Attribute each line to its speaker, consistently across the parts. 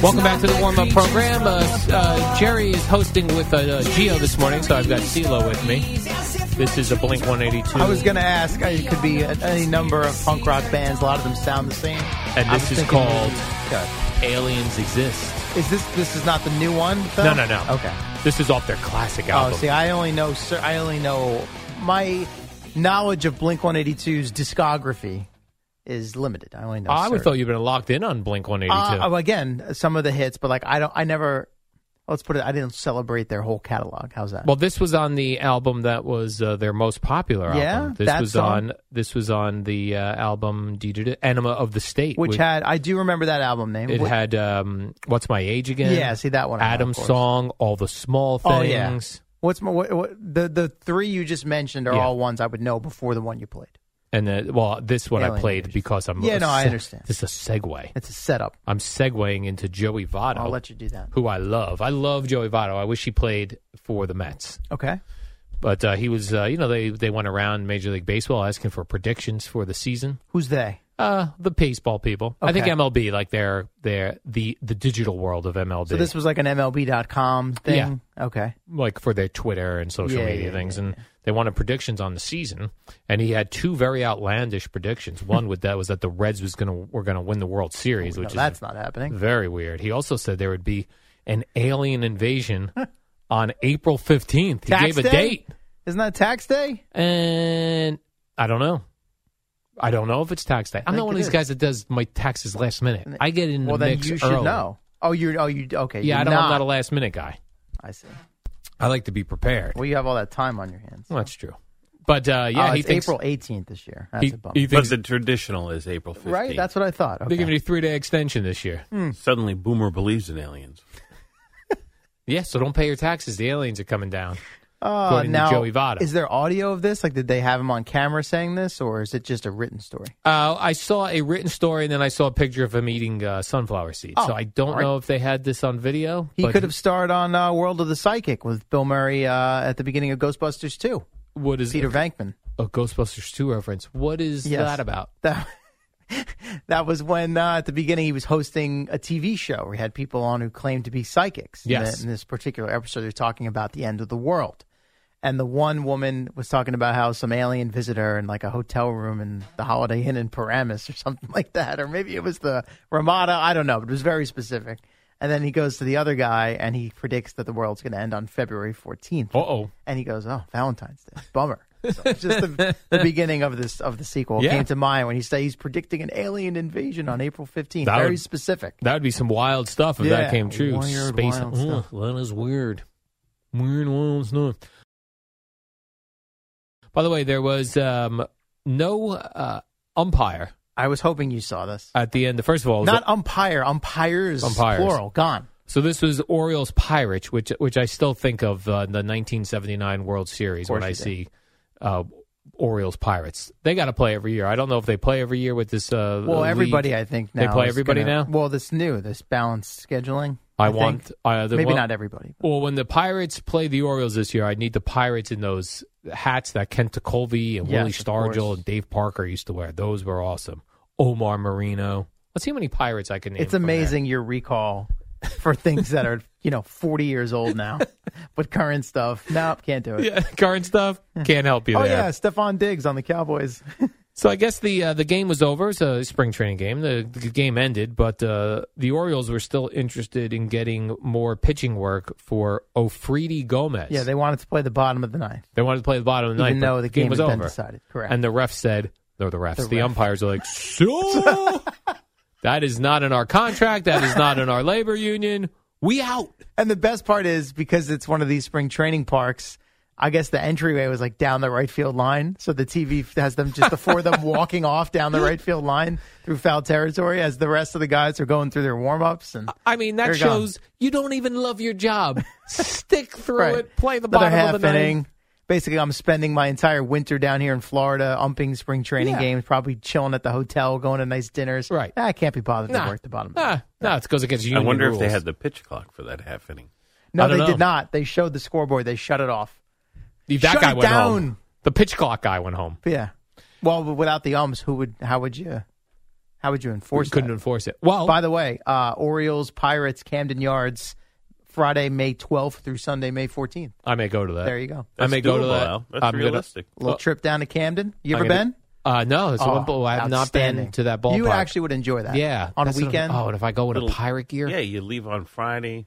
Speaker 1: Welcome back to the warm up program. Uh, uh, Jerry is hosting with uh, Geo this morning, so I've got CeeLo with me. This is a Blink 182.
Speaker 2: I was going to ask. uh, It could be a- any number of punk rock bands. A lot of them sound the same.
Speaker 1: And
Speaker 2: I
Speaker 1: this
Speaker 2: was
Speaker 1: is
Speaker 2: thinking-
Speaker 1: called
Speaker 2: Okay.
Speaker 1: Aliens Exist.
Speaker 2: Is this this is not the new one? though?
Speaker 1: No, no, no.
Speaker 2: Okay.
Speaker 1: This is off their classic
Speaker 2: Oh,
Speaker 1: album.
Speaker 2: see, I only know. Sir, I only know my knowledge of Blink 182's discography is limited. I only know.
Speaker 1: Oh, I would
Speaker 2: Sir.
Speaker 1: thought you'd been locked in on Blink 182.
Speaker 2: Uh, oh, again, some of the hits, but like I don't. I never. Let's put it. I didn't celebrate their whole catalog. How's that?
Speaker 1: well, this was on the album that was uh, their most popular
Speaker 2: Yeah,
Speaker 1: album. This
Speaker 2: that
Speaker 1: was
Speaker 2: song?
Speaker 1: on this was on the uh, album D- Enema of the State,
Speaker 2: which
Speaker 1: with-
Speaker 2: had I do remember that album name.
Speaker 1: It
Speaker 2: Wh-
Speaker 1: had um, "What's My Age Again."
Speaker 2: Yeah, see, that one I know,
Speaker 1: Adam's
Speaker 2: of course.
Speaker 1: song, all the small things.
Speaker 2: Oh yeah. What's my what, what the the three you just mentioned are
Speaker 1: Yeah.
Speaker 2: all ones I would know before the one you played.
Speaker 1: And then, well, this one I
Speaker 2: Alien
Speaker 1: played
Speaker 2: Invasion.
Speaker 1: because I'm.
Speaker 2: Yeah,
Speaker 1: a
Speaker 2: no, I
Speaker 1: se-
Speaker 2: understand.
Speaker 1: This is a segue.
Speaker 2: It's a setup.
Speaker 1: I'm segueing into Joey Votto,
Speaker 2: I'll let you do that.
Speaker 1: who I love. I love Joey Votto. I wish he played for the Mets,
Speaker 2: Okay.
Speaker 1: but uh, he was. Uh, you know, they they went around Major League Baseball asking for predictions for the season.
Speaker 2: Who's they?
Speaker 1: Uh, the baseball people. I think
Speaker 2: Okay.
Speaker 1: MLB, like they're they're the the digital world of MLB.
Speaker 2: So this was like an MLB.com thing. Okay.
Speaker 1: like for their Twitter and social
Speaker 2: Yeah,
Speaker 1: media
Speaker 2: yeah,
Speaker 1: things,
Speaker 2: yeah,
Speaker 1: and they wanted predictions on the season. And he had two very outlandish predictions. One with that was that the Reds was gonna were gonna win the World Series,
Speaker 2: Oh, No,
Speaker 1: which
Speaker 2: that's
Speaker 1: is
Speaker 2: not happening.
Speaker 1: very weird. He also said there would be an alien invasion on April fifteenth. He
Speaker 2: Tax
Speaker 1: gave a
Speaker 2: day?
Speaker 1: date,
Speaker 2: Isn't that tax day?
Speaker 1: and I don't know. I don't know if it's tax day. I'm
Speaker 2: think
Speaker 1: not one of
Speaker 2: it
Speaker 1: these
Speaker 2: is.
Speaker 1: guys that does my taxes last minute. I get in
Speaker 2: well,
Speaker 1: the
Speaker 2: then
Speaker 1: mix
Speaker 2: you should
Speaker 1: early.
Speaker 2: know. Oh, you're. Oh, you. Okay.
Speaker 1: Yeah,
Speaker 2: you're
Speaker 1: I don't, I'm
Speaker 2: Not.
Speaker 1: not a last minute guy.
Speaker 2: I see.
Speaker 1: I like to be prepared.
Speaker 2: Well, you have all that time on your hands.
Speaker 1: Well, that's true. But uh, yeah,
Speaker 2: Oh,
Speaker 1: he
Speaker 2: it's
Speaker 1: thinks
Speaker 2: April 18th this year. That's
Speaker 1: he,
Speaker 2: a bummer.
Speaker 1: he
Speaker 3: But
Speaker 1: thinks
Speaker 3: the traditional is April 15th.
Speaker 2: right? That's what I thought.
Speaker 1: They're
Speaker 2: Okay.
Speaker 1: giving you a three day extension this year.
Speaker 2: Hmm.
Speaker 3: Suddenly, Boomer believes in aliens.
Speaker 1: Yeah, so don't pay your taxes. The aliens are coming down.
Speaker 2: Oh,
Speaker 1: according to
Speaker 2: now,
Speaker 1: Joey Votto.
Speaker 2: Is there audio of this? Like, did they have him on camera saying this, or is it just a written story?
Speaker 1: Uh, I saw a written story and then I saw a picture of him eating uh, sunflower seeds.
Speaker 2: Oh,
Speaker 1: so I don't
Speaker 2: all right.
Speaker 1: know if they had this on video.
Speaker 2: He
Speaker 1: but
Speaker 2: could have starred on uh, World of the Psychic with Bill Murray uh, at the beginning of Ghostbusters 2.
Speaker 1: What is
Speaker 2: Peter Venkman.
Speaker 1: a Ghostbusters two reference? What is
Speaker 2: Yes.
Speaker 1: that about?
Speaker 2: That, that was when uh, at the beginning he was hosting a TV show. We had people on who claimed to be psychics. In
Speaker 1: Yes.
Speaker 2: the- In, this particular episode, they're talking about the end of the world. And the one woman was talking about how some alien visitor in like a hotel room in the Holiday Inn in Paramus or something like that. Or maybe it was the Ramada. I don't know, but it was very specific. And then he goes to the other guy and he predicts that the world's going to end on February 14th.
Speaker 1: Uh oh.
Speaker 2: And he goes, "Oh, Valentine's Day, bummer." So it's just the, the beginning of this of the sequel
Speaker 1: Yeah.
Speaker 2: came to mind when he said he's predicting an alien invasion on April fifteenth.
Speaker 1: That
Speaker 2: Very
Speaker 1: would-
Speaker 2: specific.
Speaker 1: That would be some wild stuff if that
Speaker 2: Yeah,
Speaker 1: came true.
Speaker 2: weird,
Speaker 1: Ugh,
Speaker 2: wild stuff.
Speaker 1: that is weird. Weird, wild stuff. By the way, there was um, no uh, umpire
Speaker 2: I was hoping you saw this.
Speaker 1: at the end. First of all, it was
Speaker 2: Not umpire, umpires,
Speaker 1: Umpires.
Speaker 2: plural, gone.
Speaker 1: So this was Orioles Pirates, which which I still think of uh, the 1979 World Series
Speaker 2: Of course
Speaker 1: when I
Speaker 2: you do.
Speaker 1: see uh, Orioles Pirates. They got to play every year. I don't know if they play every year with this. Uh,
Speaker 2: Well,
Speaker 1: league.
Speaker 2: everybody, I think
Speaker 1: They
Speaker 2: now
Speaker 1: play
Speaker 2: is
Speaker 1: everybody
Speaker 2: gonna-
Speaker 1: now?
Speaker 2: Well, this new, this balanced scheduling.
Speaker 1: I,
Speaker 2: think.
Speaker 1: want uh, the,
Speaker 2: maybe
Speaker 1: well,
Speaker 2: not everybody.
Speaker 1: Well, when the Pirates play the Orioles this year, I need the Pirates in those hats that Kent Colvey and
Speaker 2: Yes,
Speaker 1: Willie
Speaker 2: of
Speaker 1: Stargell
Speaker 2: course.
Speaker 1: and Dave Parker used to wear. Those were awesome. Omar Marino. Let's see how many Pirates I can name.
Speaker 2: It's
Speaker 1: from there.
Speaker 2: amazing your recall for things that are you know 40 years old now, but current stuff. Nope, can't do it.
Speaker 1: Yeah, current stuff can't help you
Speaker 2: oh
Speaker 1: there.
Speaker 2: yeah, Stephon Diggs on the Cowboys.
Speaker 1: So I guess the uh, the game was over. It's a spring training game. The, the game ended, but uh, the Orioles were still interested in getting more pitching work for Ofridi Gomez.
Speaker 2: yeah, they wanted to play the bottom of the ninth.
Speaker 1: They wanted to play the bottom of the
Speaker 2: Even
Speaker 1: ninth. but
Speaker 2: though the game
Speaker 1: was
Speaker 2: had
Speaker 1: over.
Speaker 2: been decided. Correct.
Speaker 1: And the ref said, no, the refs, the,
Speaker 2: ref.
Speaker 1: umpires are like, so that is not in our contract. That is not in our labor union. We out.
Speaker 2: And the best part is because it's one of these spring training parks. I guess the entryway was like down the right field line, so the TV has them just the four of them walking off down the right field line through foul territory as the rest of the guys are going through their warm ups and
Speaker 1: I mean,
Speaker 2: They're
Speaker 1: that
Speaker 2: gone.
Speaker 1: shows you don't even love your job. Stick through
Speaker 2: Right.
Speaker 1: it. Play the
Speaker 2: another
Speaker 1: bottom
Speaker 2: half
Speaker 1: of the ninth.
Speaker 2: inning. Basically, I'm spending my entire winter down here in Florida umping spring training
Speaker 1: Yeah.
Speaker 2: games, probably chilling at the hotel, going to nice dinners. Ah,
Speaker 1: Right.
Speaker 2: I can't be bothered to
Speaker 1: Nah.
Speaker 2: work the bottom.
Speaker 1: Nah, nah, it goes against
Speaker 3: I
Speaker 1: union
Speaker 3: wonder if they
Speaker 1: rules.
Speaker 3: had the pitch clock for that half inning.
Speaker 2: No,
Speaker 1: I don't
Speaker 2: they did
Speaker 1: know.
Speaker 2: not. They showed the scoreboard. They shut it off.
Speaker 1: That
Speaker 2: Shut
Speaker 1: guy
Speaker 2: it
Speaker 1: went
Speaker 2: down.
Speaker 1: home. The pitch clock guy went home.
Speaker 2: But yeah. Well, but without the ums, who would? How would you? How would you enforce?
Speaker 1: Couldn't
Speaker 2: that?
Speaker 1: enforce it. Well,
Speaker 2: By the way, uh, Orioles, Pirates, Camden Yards, Friday, May 12th through Sunday, May 14th.
Speaker 1: I may go to that.
Speaker 2: There you go.
Speaker 1: I
Speaker 3: That's
Speaker 1: may go to
Speaker 3: doable,
Speaker 1: that.
Speaker 3: Al. That's
Speaker 1: I'm gonna-
Speaker 3: realistic.
Speaker 2: A little trip down to Camden. You
Speaker 1: I'm
Speaker 2: ever
Speaker 1: gonna-
Speaker 2: been?
Speaker 1: uh, no, it's a
Speaker 2: Oh,
Speaker 1: Wimpole. I have not been
Speaker 2: outstanding.
Speaker 1: to that ballpark.
Speaker 2: You actually would enjoy that.
Speaker 1: yeah,
Speaker 2: On a
Speaker 1: that's what I'm-
Speaker 2: weekend.
Speaker 1: Oh, and if I go with a
Speaker 3: Little-
Speaker 1: pirate gear,
Speaker 3: Yeah, you leave on Friday.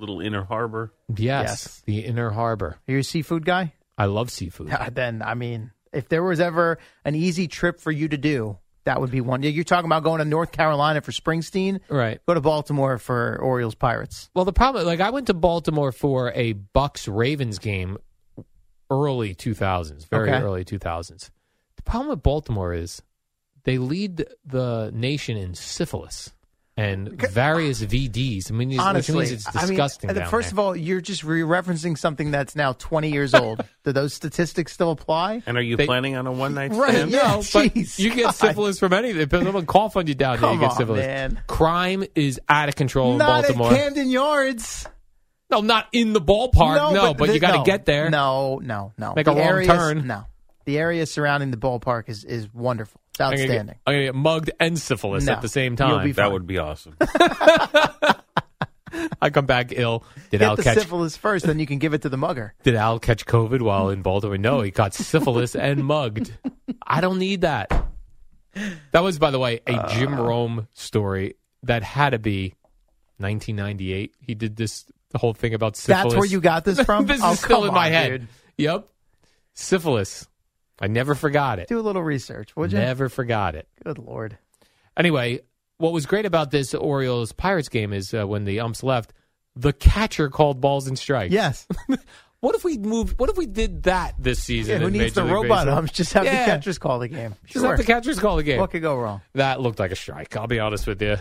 Speaker 3: Little Inner Harbor.
Speaker 1: yes,
Speaker 2: Yes.
Speaker 1: the Inner Harbor.
Speaker 2: Are you a seafood guy?
Speaker 1: I love seafood.
Speaker 2: Yeah, then, I mean, if there was ever an easy trip for you to do, that would be one. You're talking about going to North Carolina for Springsteen?
Speaker 1: right.
Speaker 2: Go to Baltimore for Orioles Pirates.
Speaker 1: Well, the problem, like, I went to Baltimore for a Bucks Ravens game early 2000s, very
Speaker 2: Okay.
Speaker 1: early 2000s. The problem with Baltimore is they lead the nation in syphilis and various VDs. I mean, it's-
Speaker 2: Honestly,
Speaker 1: which means it's disgusting.
Speaker 2: I mean,
Speaker 1: down
Speaker 2: first
Speaker 1: there.
Speaker 2: of all, you're just re-referencing something that's now 20 years old. Do those statistics still apply?
Speaker 3: And are you
Speaker 1: They-
Speaker 3: planning on a one night
Speaker 1: Right,
Speaker 3: stand?
Speaker 2: Yeah,
Speaker 1: no, but
Speaker 2: jeez,
Speaker 1: you get
Speaker 2: God.
Speaker 1: syphilis from anything. If someone cough on you down there, you
Speaker 2: Come
Speaker 1: get
Speaker 2: on,
Speaker 1: syphilis.
Speaker 2: man.
Speaker 1: Crime is out of control in
Speaker 2: Not
Speaker 1: Baltimore.
Speaker 2: at Camden Yards.
Speaker 1: no, not in the ballpark. No, but,
Speaker 2: thi-
Speaker 1: you got to
Speaker 2: no.
Speaker 1: get there.
Speaker 2: No, no, no.
Speaker 1: Make a wrong
Speaker 2: areas-
Speaker 1: turn.
Speaker 2: No, the area surrounding the ballpark is is wonderful. It's
Speaker 1: I'm gonna, get,
Speaker 2: outstanding.
Speaker 1: I'm gonna get mugged and syphilis
Speaker 2: No,
Speaker 1: at the same
Speaker 2: you'll
Speaker 1: time.
Speaker 2: be
Speaker 3: That would be awesome.
Speaker 1: I come back ill. Did
Speaker 2: Get
Speaker 1: Al
Speaker 2: the
Speaker 1: catch?
Speaker 2: syphilis first, then you can give it to the mugger.
Speaker 1: Did Al catch COVID while in Baltimore? No, he got syphilis and mugged. I don't need that. That was, by the way, a Jim
Speaker 2: Uh.
Speaker 1: Rome story that had to be 1998. He did this whole thing about syphilis.
Speaker 2: That's where you got this from.
Speaker 1: this
Speaker 2: Oh,
Speaker 1: is still
Speaker 2: come
Speaker 1: in my
Speaker 2: on,
Speaker 1: head.
Speaker 2: dude.
Speaker 1: Yep, syphilis. I never forgot it.
Speaker 2: Do a little research, would you?
Speaker 1: Never forgot it.
Speaker 2: Good lord.
Speaker 1: Anyway, what was great about this Orioles Pirates game is uh, when the umps left, the catcher called balls and strikes.
Speaker 2: Yes.
Speaker 1: What if we moved? What if we did that this season?
Speaker 2: Yeah, who
Speaker 1: in
Speaker 2: needs
Speaker 1: Major
Speaker 2: the
Speaker 1: League
Speaker 2: robot
Speaker 1: Baseball?
Speaker 2: arms? Just have
Speaker 1: Yeah.
Speaker 2: the catchers call the game.
Speaker 1: Just have the catchers call the game.
Speaker 2: What could go wrong?
Speaker 1: That looked like a strike. I'll be honest with you.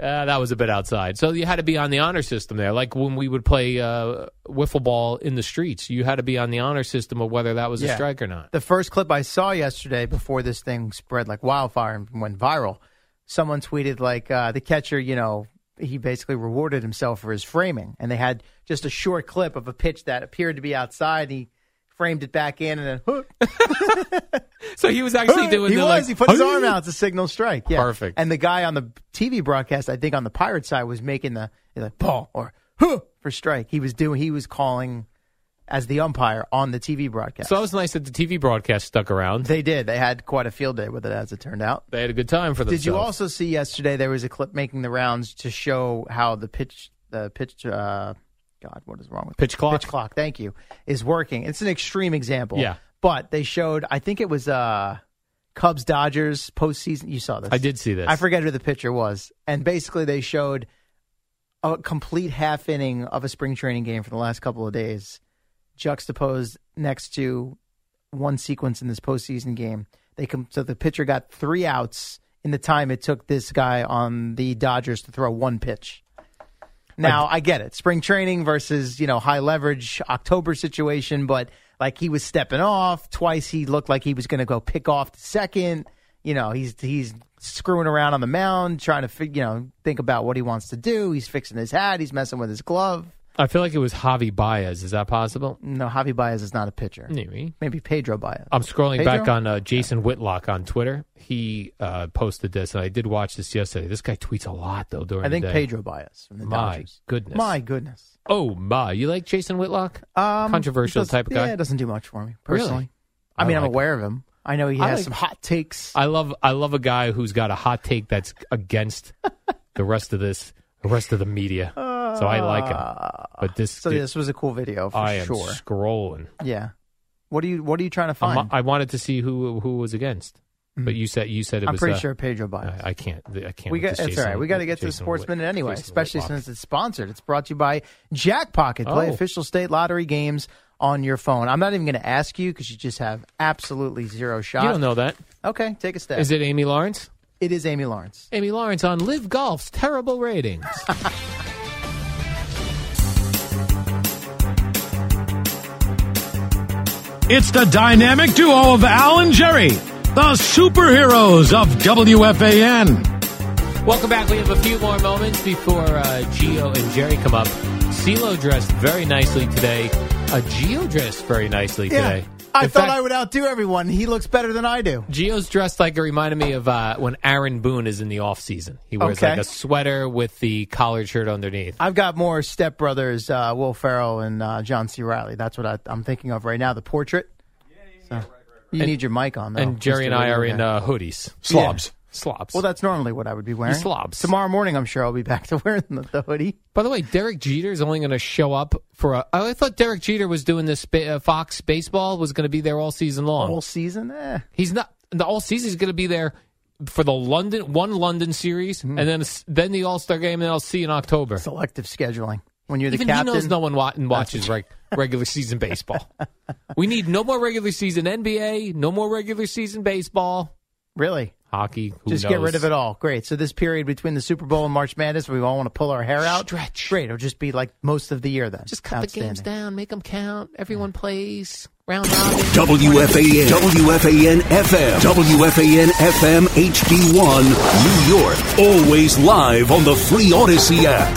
Speaker 1: Uh, that was a bit outside. So you had to be on the honor system there. Like when we would play uh, wiffle ball in the streets, you had to be on the honor system of whether that was a
Speaker 2: Yeah.
Speaker 1: strike or not.
Speaker 2: The first clip I saw yesterday before this thing spread like wildfire and went viral, someone tweeted like uh, the catcher, you know, he basically rewarded himself for his framing, and they had just a short clip of a pitch that appeared to be outside. He framed it back in, and then hook.
Speaker 1: So he was actually doing
Speaker 2: he
Speaker 1: the,
Speaker 2: was.
Speaker 1: like,
Speaker 2: he put his arm out. It's a signal strike. Yeah.
Speaker 1: Perfect.
Speaker 2: And the guy on the TV broadcast, I think on the pirate side, was making the he's like ball or huh for strike. He was doing. He was calling as the umpire on the TV broadcast.
Speaker 1: So that was nice that the TV broadcast stuck around.
Speaker 2: they did. They had quite a field day with it, as it turned out.
Speaker 1: They had a good time for themselves.
Speaker 2: Did you also see yesterday there was a clip making the rounds to show how the pitch, the pitch, uh, God, what is wrong with
Speaker 1: Pitch clock?
Speaker 2: Pitch clock, thank you, is working. It's an extreme example.
Speaker 1: Yeah.
Speaker 2: But they showed, I think it was uh, Cubs Dodgers postseason. You saw this.
Speaker 1: I did see this.
Speaker 2: I forget who the pitcher was. And basically, they showed a complete half inning of a spring training game for the last couple of days, juxtaposed next to one sequence in this postseason game. They com- so the pitcher got three outs in the time it took this guy on the Dodgers to throw one pitch. Now I get it, spring training versus you know high leverage October situation, but like he was stepping off twice. He looked like he was going to go pick off the second. You know he's he's screwing around on the mound, trying to fig- you know think about what he wants to do. He's fixing his hat. He's messing with his glove.
Speaker 1: I feel like it was Javi Baez. Is that possible?
Speaker 2: No, Javi Baez is not a pitcher.
Speaker 1: Maybe.
Speaker 2: Maybe Pedro Baez.
Speaker 1: I'm scrolling
Speaker 2: Pedro?
Speaker 1: back on uh, Jason Whitlock on Twitter. He uh, posted this, and I did watch this yesterday. This guy tweets a lot though during
Speaker 2: I think
Speaker 1: the day.
Speaker 2: Pedro Baez from the
Speaker 1: My
Speaker 2: Dodgers.
Speaker 1: goodness.
Speaker 2: My goodness.
Speaker 1: Oh my! You like Jason Whitlock?
Speaker 2: Um,
Speaker 1: Controversial
Speaker 2: does-
Speaker 1: type of
Speaker 2: Yeah,
Speaker 1: guy.
Speaker 2: it doesn't do much for me
Speaker 1: Really?
Speaker 2: personally. I,
Speaker 1: I
Speaker 2: mean, I'm
Speaker 1: like
Speaker 2: aware of him. I know he
Speaker 1: I
Speaker 2: has
Speaker 1: like-
Speaker 2: some hot takes.
Speaker 1: I love I love a guy who's got a hot take that's against the rest of this, the rest of the media. So I like him. But this,
Speaker 2: so
Speaker 1: dude,
Speaker 2: this was a cool video Uh, for
Speaker 1: I am
Speaker 2: sure.
Speaker 1: scrolling.
Speaker 2: Yeah. What are you What are you trying to
Speaker 1: I'm-
Speaker 2: find?
Speaker 1: I wanted to see who who was against, but you said you said it
Speaker 2: Mm. I'm
Speaker 1: was.
Speaker 2: pretty
Speaker 1: uh,
Speaker 2: sure Pedro Baez.
Speaker 1: I, I can't. I can't.
Speaker 2: we
Speaker 1: with
Speaker 2: got.
Speaker 1: this
Speaker 2: It's all
Speaker 1: Jason-
Speaker 2: right. We got to get to the
Speaker 1: Jason
Speaker 2: sports
Speaker 1: Whit-
Speaker 2: minute anyway,
Speaker 1: Jason
Speaker 2: especially
Speaker 1: Whitlock.
Speaker 2: since it's sponsored. It's brought to you by Jackpocket. Play
Speaker 1: Oh.
Speaker 2: official state lottery games on your phone. I'm not even going to ask you because you just have absolutely zero shot.
Speaker 1: you don't know that.
Speaker 2: Okay, take a step.
Speaker 1: Is it Amy Lawrence?
Speaker 2: It is Amy Lawrence.
Speaker 1: Amy Lawrence on Live Golf's terrible ratings.
Speaker 4: It's the dynamic duo of Al and Jerry, the superheroes of WFAN.
Speaker 1: Welcome back. We have a few more moments before uh, Geo and Jerry come up. CeeLo dressed very nicely today. Uh, Geo dressed very nicely today.
Speaker 2: I
Speaker 1: In
Speaker 2: thought
Speaker 1: fact,
Speaker 2: I would outdo everyone. He looks better than I do.
Speaker 1: Gio's dressed like it reminded me of uh, when Aaron Boone is in the off season. He wears
Speaker 2: Okay.
Speaker 1: like a sweater with the collared shirt underneath.
Speaker 2: I've got more Step Brothers, uh, Will Ferrell and uh, John C. Riley. That's what I, I'm thinking of right now. The portrait. So, you need your mic on. Though,
Speaker 1: and Jerry and
Speaker 2: Mr.
Speaker 1: I are
Speaker 2: Radio
Speaker 1: in
Speaker 2: Guy.
Speaker 1: uh, hoodies,
Speaker 4: Slobs.
Speaker 1: slobs.
Speaker 2: well, that's normally what I would be wearing.
Speaker 1: slobs.
Speaker 2: Tomorrow morning, I'm sure I'll be back to wearing the, the hoodie.
Speaker 1: By the way, Derek Jeter is only going to show up for a. I thought Derek Jeter was doing this. ba- Uh, Fox baseball was going to be there all season long.
Speaker 2: Whole season, eh?
Speaker 1: He's not the all season. He's going to be there for the London one London series,
Speaker 2: Hmm.
Speaker 1: and then then the All Star game, and then I'll see you in October.
Speaker 2: Selective scheduling. When you're the
Speaker 1: Even
Speaker 2: captain,
Speaker 1: he knows no one wa- and watches reg- regular season baseball. we need no more regular season NBA, no more regular season baseball,
Speaker 2: really.
Speaker 1: hockey. Who
Speaker 2: Just get rid of it all. Great. So this period between the Super Bowl and March Madness, we all want to pull our hair out.
Speaker 1: Stretch.
Speaker 2: Great. It'll just be like most of the year then.
Speaker 1: Just cut the games
Speaker 2: Outstanding.
Speaker 1: down, make them count. Everyone plays round robin.
Speaker 5: WFAN, WFAN FM, WFAN FM HD1, New York. Always live on the free Odyssey app.